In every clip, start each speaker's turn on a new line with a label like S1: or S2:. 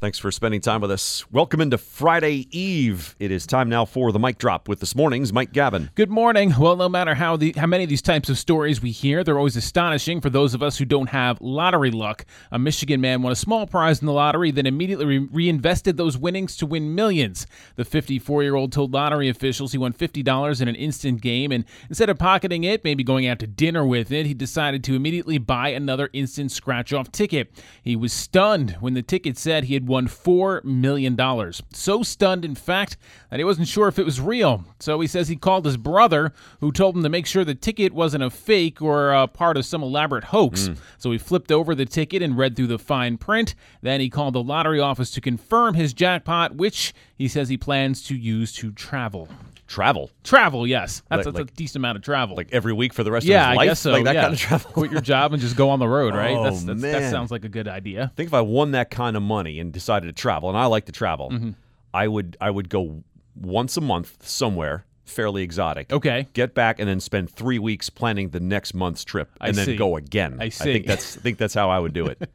S1: Thanks for spending time with us. Welcome into Friday Eve. It is time now for the mic drop with this morning's Mike Gavin.
S2: Good morning. Well, no matter how the, how many of these types of stories we hear, they're always astonishing for those of us who don't have lottery luck. A Michigan man won a small prize in the lottery, then immediately re- reinvested those winnings to win millions. The 54-year-old told lottery officials he won $50 in an instant game, and instead of pocketing it, maybe going out to dinner with it, he decided to immediately buy another instant scratch-off ticket. He was stunned when the ticket said he had won $4 million. So stunned, in fact, that he wasn't sure if it was real. So he says he called his brother, who told him to make sure the ticket wasn't a fake or uh, part of some elaborate hoax.
S1: Hmm.
S2: So he flipped over the ticket and read through the fine print. Then he called the lottery office to confirm his jackpot, which he says he plans to use to travel.
S1: Travel
S2: Travel, yes. That's,
S1: Like-
S2: that's a decent amount of travel.
S1: like every week for the rest
S2: yeah,
S1: of his
S2: I
S1: life.
S2: guess so.
S1: Like that
S2: yeah.
S1: kind of travel.
S2: Quit your job and just go on the road, right?
S1: Oh,
S2: that's, that's,
S1: man.
S2: That sounds like a good idea.
S1: think if I won that kind of money and decided to travel, and I like to travel,
S2: Mm-hmm.
S1: I would I would go once a month somewhere fairly exotic.
S2: Okay.
S1: Get back and then spend three weeks planning the next month's trip, and then
S2: see.
S1: go again.
S2: I
S1: I
S2: see.
S1: think that's I think that's how I would do it.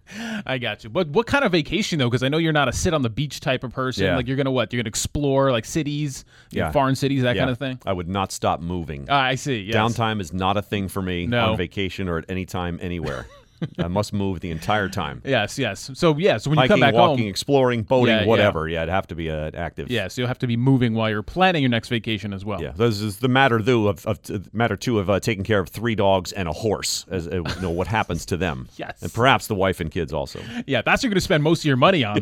S2: I got you. But what kind of vacation though? Because I know you're not a sit on the beach type of person.
S1: Yeah.
S2: Like you're gonna what? You're gonna explore like cities, you know,
S1: Yeah.
S2: foreign cities, that
S1: Yeah.
S2: kind of thing.
S1: I would not stop moving.
S2: Ah, I see. Yes.
S1: Downtime is not a thing for me
S2: No.
S1: on vacation or at any time anywhere. I must move the entire time.
S2: Yes, yes. So yeah, so when you
S1: Hiking,
S2: come back
S1: walking,
S2: home,
S1: exploring, boating,
S2: Yeah, yeah.
S1: whatever. Yeah. it'd have to be uh, active.
S2: yeah, so you'll have to be moving while you're planning your next vacation as well.
S1: Yeah, this is the matter though of, of matter two of uh, taking care of three dogs and a horse. As uh, you know, what happens to them?
S2: Yes.
S1: and perhaps the wife and kids also.
S2: Yeah, that's what you're gonna spend most of your money on.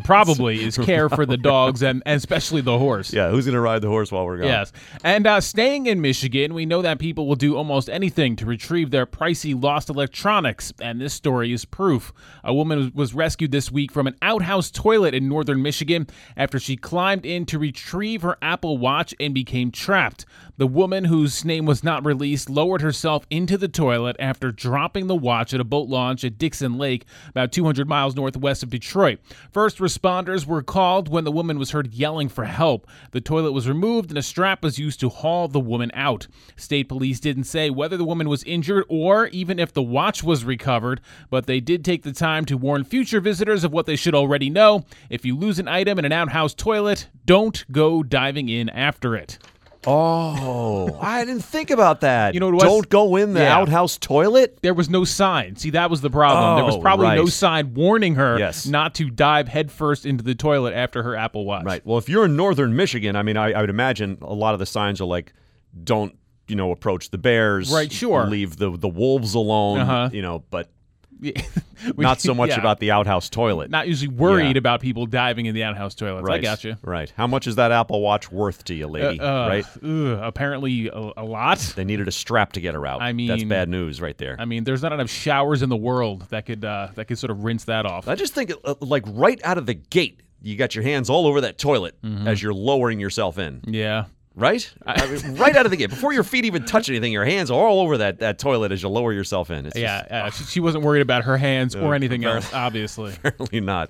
S2: Probably is care for the dogs and, and especially the horse.
S1: Yeah, who's gonna ride the horse while we're gone?
S2: Yes. And uh, staying in Michigan, we know that people will do almost anything to retrieve their pricey lost electronics, and this story is proof. A woman was- was rescued this week from an outhouse toilet in northern Michigan after she climbed in to retrieve her Apple Watch and became trapped. The woman, whose name was not released, lowered herself into the toilet after dropping the watch at a boat launch at Dixon Lake, about 200 miles northwest of Detroit. First responders were called when the woman was heard yelling for help. The toilet was removed and a strap was used to haul the woman out. State police didn't say whether the woman was injured or even if the watch was recovered, but they did take the time to warn future visitors of what they should already know. If you lose an item in an outhouse toilet, don't go diving in after it.
S1: Oh, I didn't think about that.
S2: You know what it was?
S1: Don't go in the
S2: Yeah.
S1: outhouse toilet.
S2: there was no sign. See, that was the problem. there was
S1: Oh,
S2: probably no
S1: right.
S2: sign warning her
S1: Yes.
S2: not to dive headfirst into the toilet after her Apple Watch.
S1: Right. Well, if you're in northern Michigan, I mean, I, I would imagine a lot of the signs are like, don't you know approach the bears.
S2: Right, sure.
S1: Leave the the wolves alone.
S2: Uh-huh.
S1: You know, but
S2: We-
S1: not so much
S2: yeah.
S1: about the outhouse toilet.
S2: Not usually worried
S1: Yeah.
S2: about people diving in the outhouse toilets.
S1: right.
S2: I gotcha.
S1: Right. How much is that Apple Watch worth to you, lady?
S2: Uh,
S1: right.
S2: ugh, apparently, a, a lot.
S1: They needed a strap to get her out.
S2: I
S1: that's
S2: mean-
S1: bad news right there.
S2: I mean, there's not enough showers in the world that could uh, that could sort of rinse that off.
S1: I just think, uh, like, right out of the gate, you got your hands all over that toilet
S2: Mm-hmm.
S1: as you're lowering yourself in,
S2: yeah.
S1: right? I mean, right out of the gate, before your feet even touch anything, your hands are all over that, that toilet as you lower yourself in. It's
S2: Yeah, uh, she, she wasn't worried about her hands or anything else, obviously.
S1: just apparently not.